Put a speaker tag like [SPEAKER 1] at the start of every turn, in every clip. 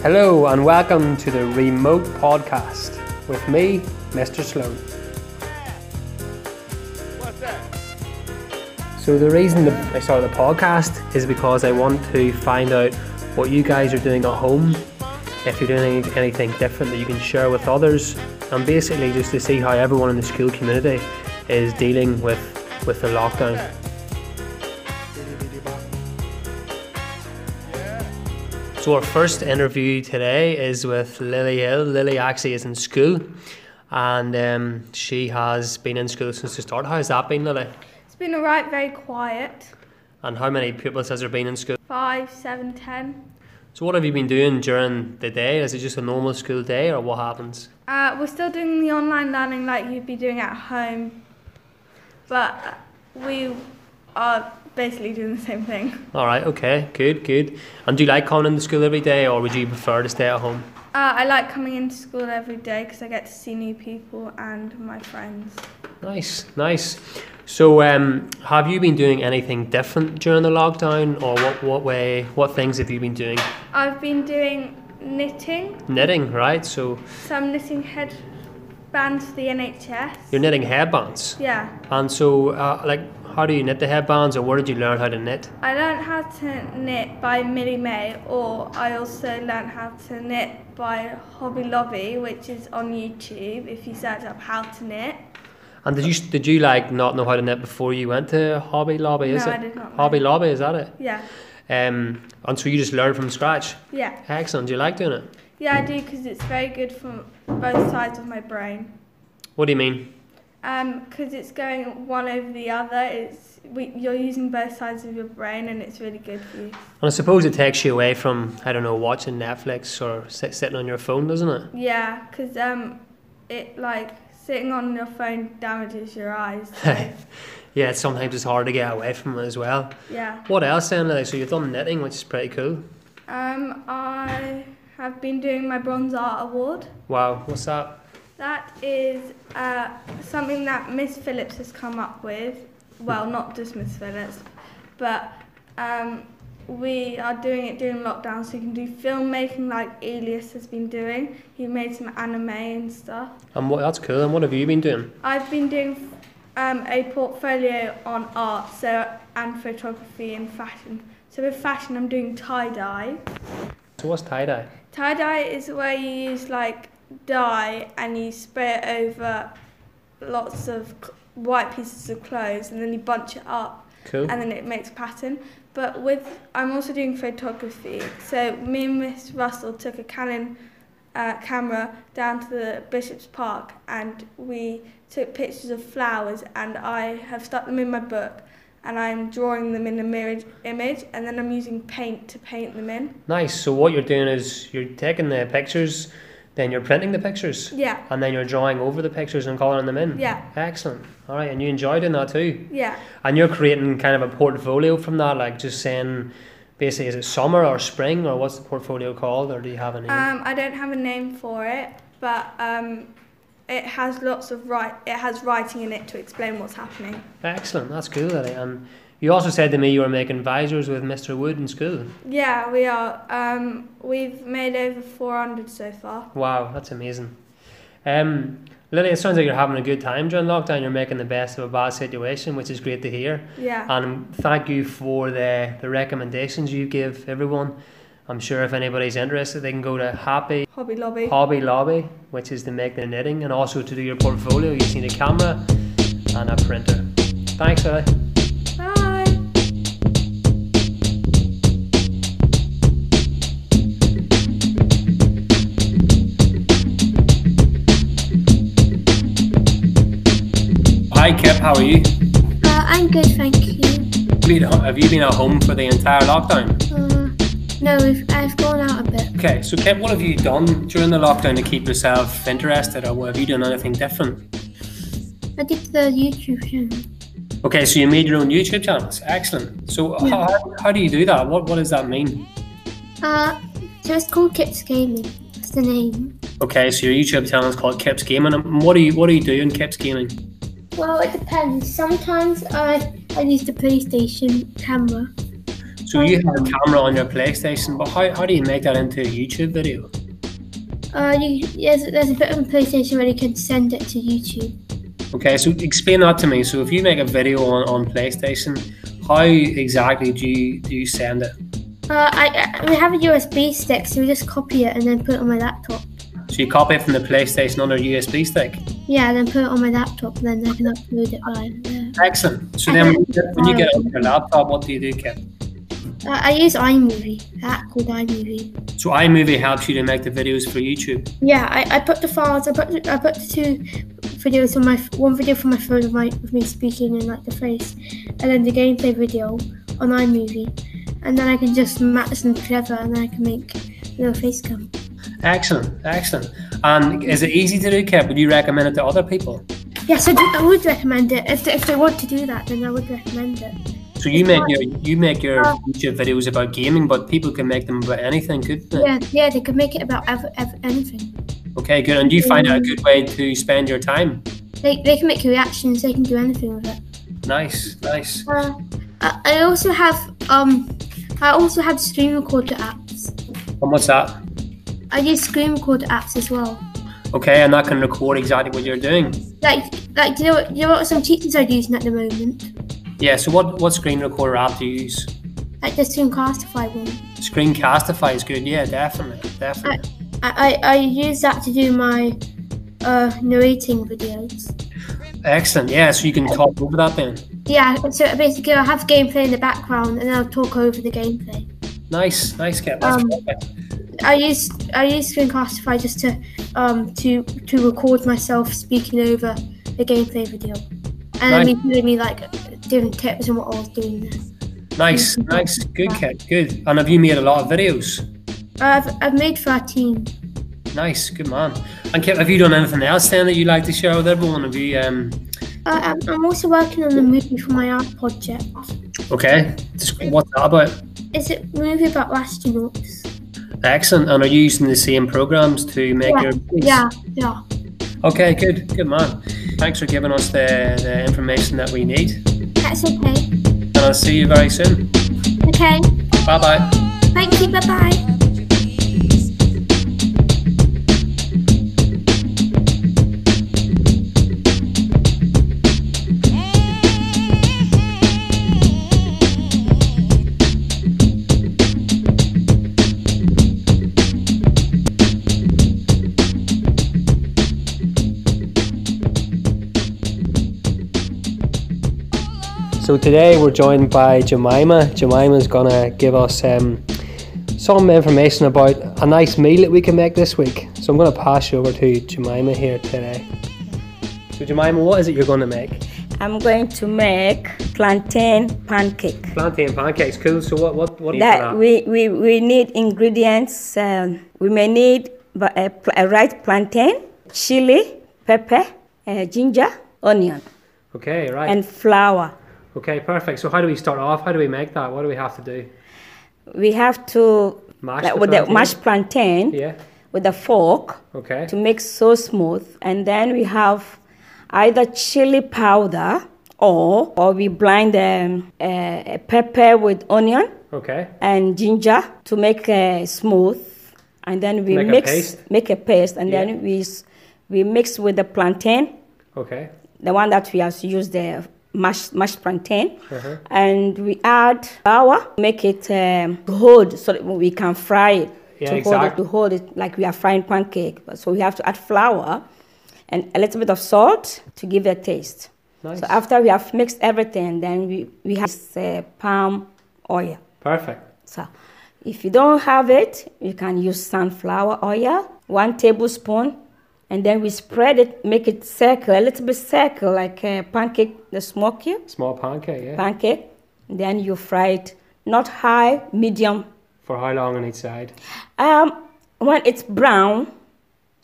[SPEAKER 1] Hello and welcome to the Remote Podcast with me, Mr. Sloan.
[SPEAKER 2] What's that?
[SPEAKER 1] So the reason that I started the podcast is because I want to find out what you guys are doing at home, if you're doing any- anything different that you can share with others, and basically just to see how everyone in the school community is dealing with with the lockdown. So our first interview today is with Lily Hill. Lily actually is in school, and um, she has been in school since the start. How's that been, Lily?
[SPEAKER 3] It's been alright, very quiet.
[SPEAKER 1] And how many pupils has there been in school?
[SPEAKER 3] Five, seven, ten.
[SPEAKER 1] So what have you been doing during the day? Is it just a normal school day or what happens?
[SPEAKER 3] Uh, we're still doing the online learning like you'd be doing at home, but we are basically doing the same thing.
[SPEAKER 1] All right, okay, good, good. And do you like coming into school every day or would you prefer to stay at home?
[SPEAKER 3] Uh, I like coming into school every day because I get to see new people and my friends.
[SPEAKER 1] Nice, nice. So um, have you been doing anything different during the lockdown or what, what way, what things have you been doing?
[SPEAKER 3] I've been doing knitting,
[SPEAKER 1] Knitting, right? So
[SPEAKER 3] so I'm knitting headbands for the NHS.
[SPEAKER 1] you're knitting headbands.
[SPEAKER 3] Yeah,
[SPEAKER 1] And so uh, like how do you knit the headbands or where did you learn how to knit?
[SPEAKER 3] I learned how to knit by Millie May, or I also learned how to knit by Hobby Lobby, which is on YouTube if you search up how to knit.
[SPEAKER 1] And did you did you like not know how to knit before you went to Hobby Lobby? Oh, Is
[SPEAKER 3] No,
[SPEAKER 1] it
[SPEAKER 3] I did not know.
[SPEAKER 1] Hobby Lobby? Is that it?
[SPEAKER 3] Yeah,
[SPEAKER 1] Um, and so you just learn from scratch.
[SPEAKER 3] yeah,
[SPEAKER 1] Excellent. Do you like doing it?
[SPEAKER 3] yeah, I do because it's very good for both sides of my brain.
[SPEAKER 1] What do you mean?
[SPEAKER 3] Because it's going one over the other, it's we, you're using both sides of your brain, and it's really good for you.
[SPEAKER 1] And I suppose it takes you away from I don't know watching Netflix or sit, sitting on your phone, doesn't it?
[SPEAKER 3] Yeah, because um, it like sitting on your phone damages your eyes. So,
[SPEAKER 1] yeah, it's- sometimes it's hard to get away from it as well.
[SPEAKER 3] yeah.
[SPEAKER 1] What else then? Like, so you've done knitting, which is pretty cool.
[SPEAKER 3] Um, I have been doing my Bronze Art Award.
[SPEAKER 1] Wow, what's that?
[SPEAKER 3] That is uh, something that Miss Phillips has come up with. Well, not just Miss Phillips, but um, we are doing it during lockdown, so you can do filmmaking like Elias has been doing. He made some anime and stuff.
[SPEAKER 1] And what that's cool. And what have you been doing?
[SPEAKER 3] I've been doing um, a portfolio on art, so and photography and fashion. So with fashion, I'm doing tie dye.
[SPEAKER 1] So what's tie dye?
[SPEAKER 3] Tie dye is where you use like dye and you spray it over lots of c- white pieces of clothes and then you bunch it up
[SPEAKER 1] Cool.
[SPEAKER 3] and then it makes a pattern. But with I'm also doing photography, so me and Miss Russell took a Canon uh, camera down to the Bishop's Park and we took pictures of flowers and I have stuck them in my book and I'm drawing them in a mirror image and then I'm using paint to paint them in.
[SPEAKER 1] Nice. So what you're doing is you're taking the pictures, then you're printing the pictures,
[SPEAKER 3] Yeah,
[SPEAKER 1] and then you're drawing over the pictures and colouring them in.
[SPEAKER 3] yeah,
[SPEAKER 1] Excellent. All right, and you enjoy doing that too.
[SPEAKER 3] yeah.
[SPEAKER 1] And you're creating kind of a portfolio from that, like just saying, basically, is it summer or spring or what's the portfolio called, or do you have any?
[SPEAKER 3] Um, I don't have a name for it, but um, it has lots of write. It has writing in it to explain what's happening.
[SPEAKER 1] Excellent. That's cool, Lily. And you also said to me you were making visors with Mr. Wood in school.
[SPEAKER 3] Yeah, we are. Um, we've made over 400 so far.
[SPEAKER 1] Wow, that's amazing. Um, Lily, it sounds like you're having a good time during lockdown. You're making the best of a bad situation, which is great to hear.
[SPEAKER 3] Yeah,
[SPEAKER 1] And thank you for the, the recommendations you give everyone. I'm sure if anybody's interested, they can go to Happy
[SPEAKER 3] Hobby Lobby.
[SPEAKER 1] Hobby Lobby, which is to make the knitting, and also to do your portfolio, you just need a camera and a printer. Thanks, Lily.
[SPEAKER 3] Bye.
[SPEAKER 1] Hi, Kip, how are you?
[SPEAKER 4] Uh, I'm good, thank you.
[SPEAKER 1] Have you been at home for the entire lockdown?
[SPEAKER 4] Uh, no, we've, I've gone out a bit.
[SPEAKER 1] Okay, so Kip, what have you done during the lockdown to keep yourself interested, or have you done anything different?
[SPEAKER 4] I did the YouTube channel.
[SPEAKER 1] Okay, so you made your own YouTube channels. Excellent. So, how, how, how do you do that? What, what does that mean?
[SPEAKER 4] Uh, so it's called Kips Gaming. That's the name.
[SPEAKER 1] Okay, so your YouTube channel is called Kips Gaming. And what do you what do you do in Kips Gaming?
[SPEAKER 4] Well, it depends. Sometimes I I use the PlayStation camera.
[SPEAKER 1] So you have a camera on your PlayStation, but how, how do you make that into a YouTube video?
[SPEAKER 4] Uh, you, there's, there's a bit on PlayStation where you can send it to YouTube.
[SPEAKER 1] Okay, so explain that to me. So if you make a video on, on PlayStation, how exactly do you do you send it?
[SPEAKER 4] Uh, I, I we have a USB stick, so we just copy it and then put it on my laptop.
[SPEAKER 1] So you copy it from the PlayStation on a USB stick.
[SPEAKER 4] Yeah, and then put it on my laptop, and then I can upload it live. Yeah.
[SPEAKER 1] Excellent. So then when you get, when you get it on your laptop, what do you do, Kim?
[SPEAKER 4] Uh, I use iMovie, an app called iMovie.
[SPEAKER 1] So iMovie helps you to make the videos for YouTube.
[SPEAKER 4] Yeah, I, I put the files. I put the- I put the two videos on my f- one video from my phone of my of me speaking and like the face, and then the gameplay video on iMovie, and then I can just match them together, and then I can make a little face cam.
[SPEAKER 1] Excellent, excellent. And is it easy to do, Kim? Would you recommend it to other people?
[SPEAKER 4] Yes, I, do, I would recommend it. If they, if they want to do that, then I would recommend it.
[SPEAKER 1] So you make your you make your
[SPEAKER 4] Uh,
[SPEAKER 1] YouTube videos about gaming, but people can make them about anything, could they?
[SPEAKER 4] Yeah, yeah, they could make it about ev ev anything.
[SPEAKER 1] Okay, good. And do you find out a good way to spend your time?
[SPEAKER 4] They, they can make reactions. They can do anything with it.
[SPEAKER 1] Nice, nice.
[SPEAKER 4] Uh, I, I also have um, I also have screen recorder apps.
[SPEAKER 1] And what's that?
[SPEAKER 4] I use screen recorder apps as well.
[SPEAKER 1] Okay, and that can record exactly what you're doing.
[SPEAKER 4] Like like do you know what you know what some teachers are using at the moment?
[SPEAKER 1] Yeah. So what what screen recorder app do you use?
[SPEAKER 4] Like the Screencastify one.
[SPEAKER 1] Screencastify is good. Yeah, definitely,
[SPEAKER 4] I,
[SPEAKER 1] definitely.
[SPEAKER 4] I, I, I use that to do my uh, narrating videos. Uh,
[SPEAKER 1] Excellent. Yeah. So you can talk over that then.
[SPEAKER 4] Yeah, so basically I'll have gameplay in the background and I'll talk over the gameplay.
[SPEAKER 1] Nice, nice, Kip. That's
[SPEAKER 4] Um,
[SPEAKER 1] perfect.
[SPEAKER 4] I use I use Screencastify just to um to to record myself speaking over the gameplay video, and then
[SPEAKER 1] Nice.
[SPEAKER 4] me giving me like different tips on what I was doing. There.
[SPEAKER 1] Nice, nice. Good, Kip. Good. And have you made a lot of videos?
[SPEAKER 4] I've I've made thirteen.
[SPEAKER 1] Nice, good man. And Kip, have you done anything else then that you'd like to share with everyone? Have you? Um,
[SPEAKER 4] Uh, I'm, I'm also working on a movie for my art project.
[SPEAKER 1] okay. Just- What's that about?
[SPEAKER 4] It's a movie about astronauts.
[SPEAKER 1] Excellent. And are you using the same programs to make
[SPEAKER 4] Yeah,
[SPEAKER 1] your?
[SPEAKER 4] yeah, yeah.
[SPEAKER 1] Okay. Good. Good man. Thanks for giving us the, the information that we need.
[SPEAKER 4] That's okay.
[SPEAKER 1] And I'll see you very soon.
[SPEAKER 4] Okay.
[SPEAKER 1] Bye bye.
[SPEAKER 4] Thank you. Bye bye.
[SPEAKER 1] So today we're joined by Jemima. Jemima's gonna give us um, some information about a nice meal that we can make this week. So I'm gonna pass you over to Jemima here today. So Jemima, what is it you're gonna make?
[SPEAKER 2] I'm going to make plantain pancake.
[SPEAKER 1] Plantain pancakes, cool. So what what what do you
[SPEAKER 2] That
[SPEAKER 1] that?
[SPEAKER 2] we, we, we need ingredients. Um, we may need but a, pl- a ripe plantain, chili, pepper, uh, ginger, onion,
[SPEAKER 1] Okay, right.
[SPEAKER 2] and flour.
[SPEAKER 1] okay, perfect. So how do we start off? How do we make that? What do we have to do?
[SPEAKER 2] We have to
[SPEAKER 1] Mash
[SPEAKER 2] like,
[SPEAKER 1] the
[SPEAKER 2] with
[SPEAKER 1] plantain?
[SPEAKER 2] the mashed plantain
[SPEAKER 1] Yeah.
[SPEAKER 2] with a fork
[SPEAKER 1] Okay.
[SPEAKER 2] to make so smooth, and then we have either chili powder or or we blind um, uh, pepper with onion.
[SPEAKER 1] Okay.
[SPEAKER 2] and ginger to make a smooth and then we
[SPEAKER 1] Make a
[SPEAKER 2] mix
[SPEAKER 1] paste?
[SPEAKER 2] make a paste and
[SPEAKER 1] Yeah.
[SPEAKER 2] then we s- we mix with the plantain
[SPEAKER 1] Okay.
[SPEAKER 2] the one that we have used the mashed, mashed plantain
[SPEAKER 1] Uh-huh.
[SPEAKER 2] and we add flour make it um, hold so that we can fry it
[SPEAKER 1] Yeah,
[SPEAKER 2] to hold it
[SPEAKER 1] exactly.
[SPEAKER 2] to hold it like we are frying pancake so we have to add flour and a little bit of salt to give it a taste
[SPEAKER 1] Nice.
[SPEAKER 2] so after we have mixed everything then we we have uh, palm oil
[SPEAKER 1] Perfect.
[SPEAKER 2] so if you don't have it, you can use sunflower oil, one tablespoon, and then we spread it, make it circle, a little bit circle, like a pancake, the smoky
[SPEAKER 1] Small pancake, yeah.
[SPEAKER 2] pancake. Then you fry it, not high, medium.
[SPEAKER 1] For how long on each side?
[SPEAKER 2] Um, when it's brown,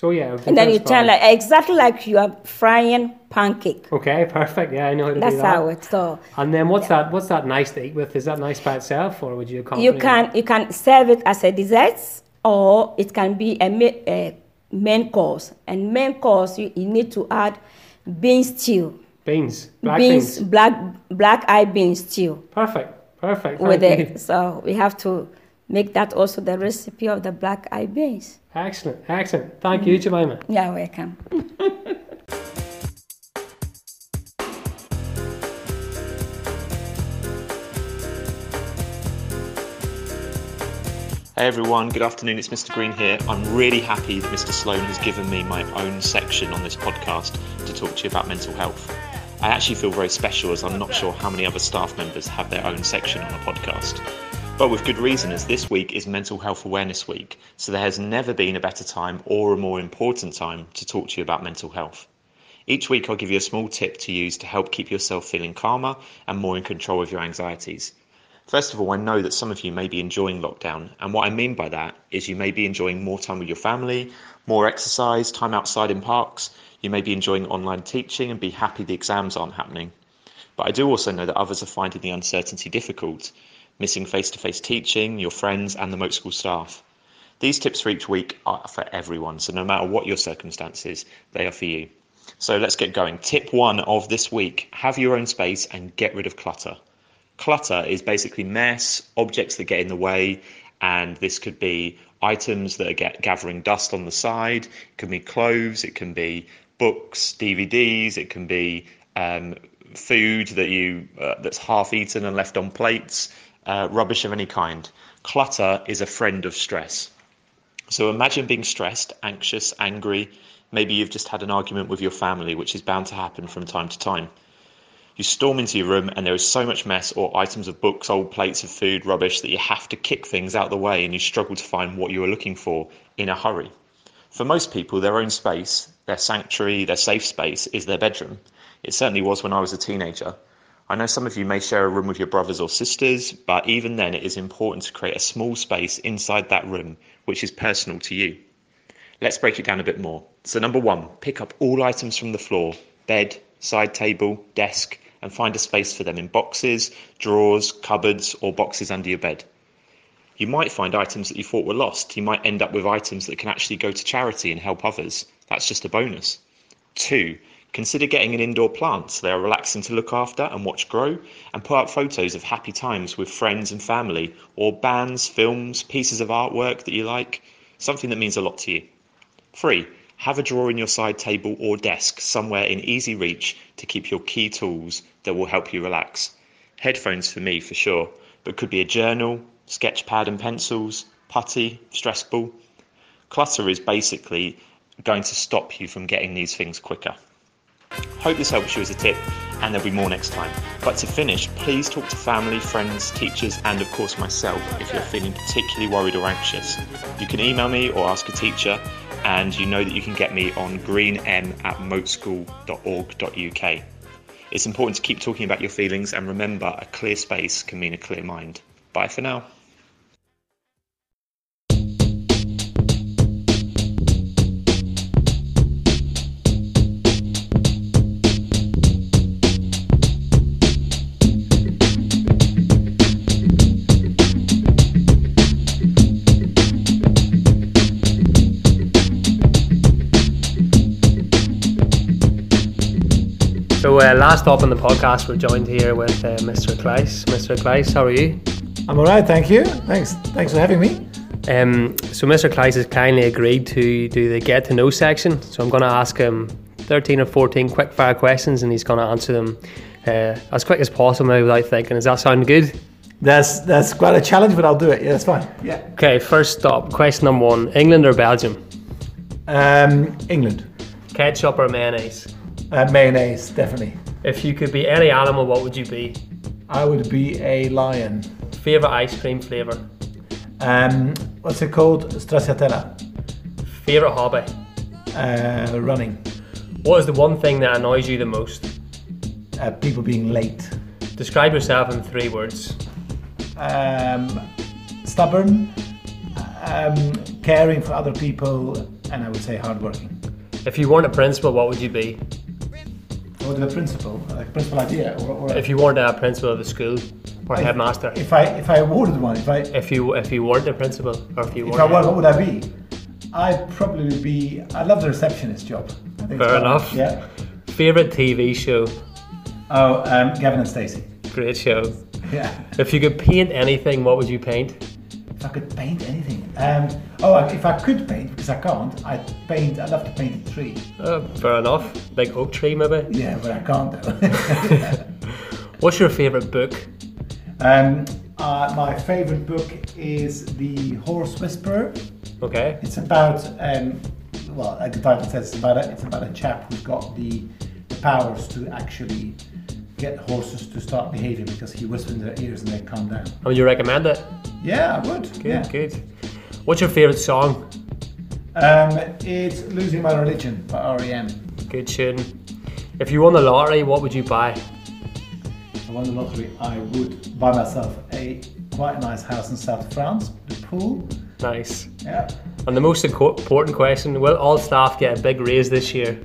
[SPEAKER 1] So yeah. it
[SPEAKER 2] and then you
[SPEAKER 1] depends
[SPEAKER 2] turn
[SPEAKER 1] on-
[SPEAKER 2] like exactly like you are frying pancake.
[SPEAKER 1] Okay, perfect. Yeah, I know how to
[SPEAKER 2] That's
[SPEAKER 1] do that.
[SPEAKER 2] how it's so.
[SPEAKER 1] And then what's that? What's that nice to eat with? Is that nice by itself, or would you?
[SPEAKER 2] You
[SPEAKER 1] accompany it?
[SPEAKER 2] can you can serve it as a dessert or it can be a, ma- a main course. And main course you, you need to add bean stew,
[SPEAKER 1] beans, black beans.
[SPEAKER 2] beans, black black eye bean stew.
[SPEAKER 1] Perfect, perfect. Perfect.
[SPEAKER 2] with
[SPEAKER 1] thank you.
[SPEAKER 2] it. So we have to make that also the recipe of the black eyed beans.
[SPEAKER 1] Excellent, excellent. Thank
[SPEAKER 2] Mm.
[SPEAKER 1] you, Jemima.
[SPEAKER 2] Yeah, welcome.
[SPEAKER 5] Hey everyone, good afternoon. It's Mr. Green here. I'm really happy that Mr. Sloan has given me my own section on this podcast to talk to you about mental health. I actually feel very special as I'm not sure how many other staff members have their own section on a podcast. But with good reason, as this week is Mental Health Awareness Week, so there has never been a better time or a more important time to talk to you about mental health. Each week, I'll give you a small tip to use to help keep yourself feeling calmer and more in control of your anxieties. First of all, I know that some of you may be enjoying lockdown, and what I mean by that is you may be enjoying more time with your family, more exercise, time outside in parks, you may be enjoying online teaching and be happy the exams aren't happening. But I do also know that others are finding the uncertainty difficult, missing face to face teaching, your friends, and the moat school staff. These tips for each week are for everyone, so no matter what your circumstances, they are for you. So let's get going. Tip one of this week have your own space and get rid of clutter clutter is basically mess, objects that get in the way, and this could be items that are get, gathering dust on the side. It can be clothes, it can be books, DVDs, it can be um, food that you uh, that's half eaten and left on plates, uh, rubbish of any kind. Clutter is a friend of stress. So imagine being stressed, anxious, angry. Maybe you've just had an argument with your family, which is bound to happen from time to time. You storm into your room and there is so much mess or items of books, old plates of food, rubbish that you have to kick things out of the way and you struggle to find what you are looking for in a hurry. For most people, their own space, their sanctuary, their safe space is their bedroom. It certainly was when I was a teenager. I know some of you may share a room with your brothers or sisters, but even then, it is important to create a small space inside that room which is personal to you. Let's break it down a bit more. So, number one, pick up all items from the floor bed, side table, desk, and find a space for them in boxes, drawers, cupboards, or boxes under your bed. You might find items that you thought were lost. You might end up with items that can actually go to charity and help others. That's just a bonus. Two, consider getting an indoor plant so they are relaxing to look after and watch grow, and put up photos of happy times with friends and family, or bands, films, pieces of artwork that you like, something that means a lot to you. Three, have a drawer in your side table or desk somewhere in easy reach to keep your key tools that will help you relax. Headphones for me for sure, but could be a journal, sketch pad and pencils, putty, stress ball. Clutter is basically going to stop you from getting these things quicker. Hope this helps you as a tip, and there'll be more next time. But to finish, please talk to family, friends, teachers, and of course myself if you're feeling particularly worried or anxious. You can email me or ask a teacher, and you know that you can get me on greenm at moatschool.org.uk. It's important to keep talking about your feelings, and remember, a clear space can mean a clear mind. Bye for now.
[SPEAKER 1] So uh, last up on the podcast, we're joined here with uh, Mr. Kleiss. Mr. Kleiss, how are you?
[SPEAKER 6] I'm all right, thank you. Thanks, thanks for having me.
[SPEAKER 1] Um, so Mr. Kleiss has kindly agreed to do the get to know section. So I'm going to ask him 13 or 14 quick fire questions, and he's going to answer them uh, as quick as possible without thinking. Does that sound good?
[SPEAKER 6] That's that's quite a challenge, but I'll do it. Yeah, that's fine. Yeah.
[SPEAKER 1] Okay, first stop. Question number one: England or Belgium?
[SPEAKER 6] Um, England,
[SPEAKER 1] Ketchup or mayonnaise?
[SPEAKER 6] uh, mayonnaise, definitely.
[SPEAKER 1] If you could be any animal, what would you be?
[SPEAKER 6] I would be a lion.
[SPEAKER 1] Favorite ice cream flavor?
[SPEAKER 6] Um, what's it called? Stracciatella.
[SPEAKER 1] Favorite hobby?
[SPEAKER 6] Uh, running.
[SPEAKER 1] What is the one thing that annoys you the most?
[SPEAKER 6] Uh, people being late.
[SPEAKER 1] Describe yourself in three words.
[SPEAKER 6] Um, stubborn. Um, caring for other people, and I would say hardworking.
[SPEAKER 1] If you weren't a principal, what would you be?
[SPEAKER 6] What the principle? Like principal idea, or, or
[SPEAKER 1] If you weren't a principal of the school or headmaster?
[SPEAKER 6] If I if I awarded one, if I
[SPEAKER 1] If you if you weren't a principal or if you
[SPEAKER 6] If I
[SPEAKER 1] weren't
[SPEAKER 6] were, what would I be? I'd probably be. I love the receptionist job. I think it's
[SPEAKER 1] Fair
[SPEAKER 6] fun.
[SPEAKER 1] enough.
[SPEAKER 6] Yeah.
[SPEAKER 1] favorite TV show,
[SPEAKER 6] Oh, um, Gavin and Stacey.
[SPEAKER 1] great show.
[SPEAKER 6] Yeah.
[SPEAKER 1] If you could paint anything, what would you paint?
[SPEAKER 6] If I could paint anything. Um, oh, I- if I could paint, because I can't, I'd paint, I'd love to paint a tree.
[SPEAKER 1] Uh, fair enough. Like oak tree, maybe.
[SPEAKER 6] Yeah, but I can't though.
[SPEAKER 1] What's your favourite book?
[SPEAKER 6] um, uh, my favourite book is The Horse Whisperer.
[SPEAKER 1] Okay.
[SPEAKER 6] It's about, um, well, like the title says, it's about, a, it's about a chap who's got the, the powers to actually get horses to start behaving because he whispers in their ears and they calm down.
[SPEAKER 1] And would you recommend it?
[SPEAKER 6] Yeah, I would.
[SPEAKER 1] Good,
[SPEAKER 6] yeah.
[SPEAKER 1] good. What's your favourite song?
[SPEAKER 6] Um, it's Losing My Religion by E REM.
[SPEAKER 1] Good tune. If you won the lottery, what would you buy?
[SPEAKER 6] I won the lottery, I would buy myself a quite nice house in South France, with a pool.
[SPEAKER 1] Nice.
[SPEAKER 6] Yeah.
[SPEAKER 1] And the most inco- important question: Will all staff get a big raise this year?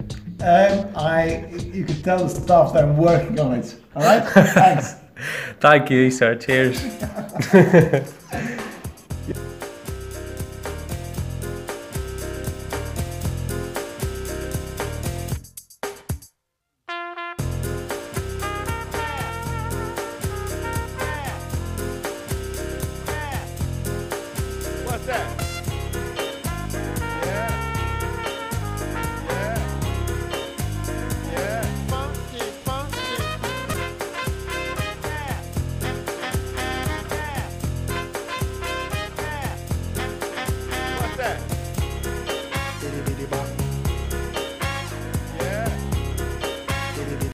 [SPEAKER 6] Um, I, you can tell the staff that I'm working on it. All right. Thanks.
[SPEAKER 1] Thank you, sir. Cheers.
[SPEAKER 7] What's that?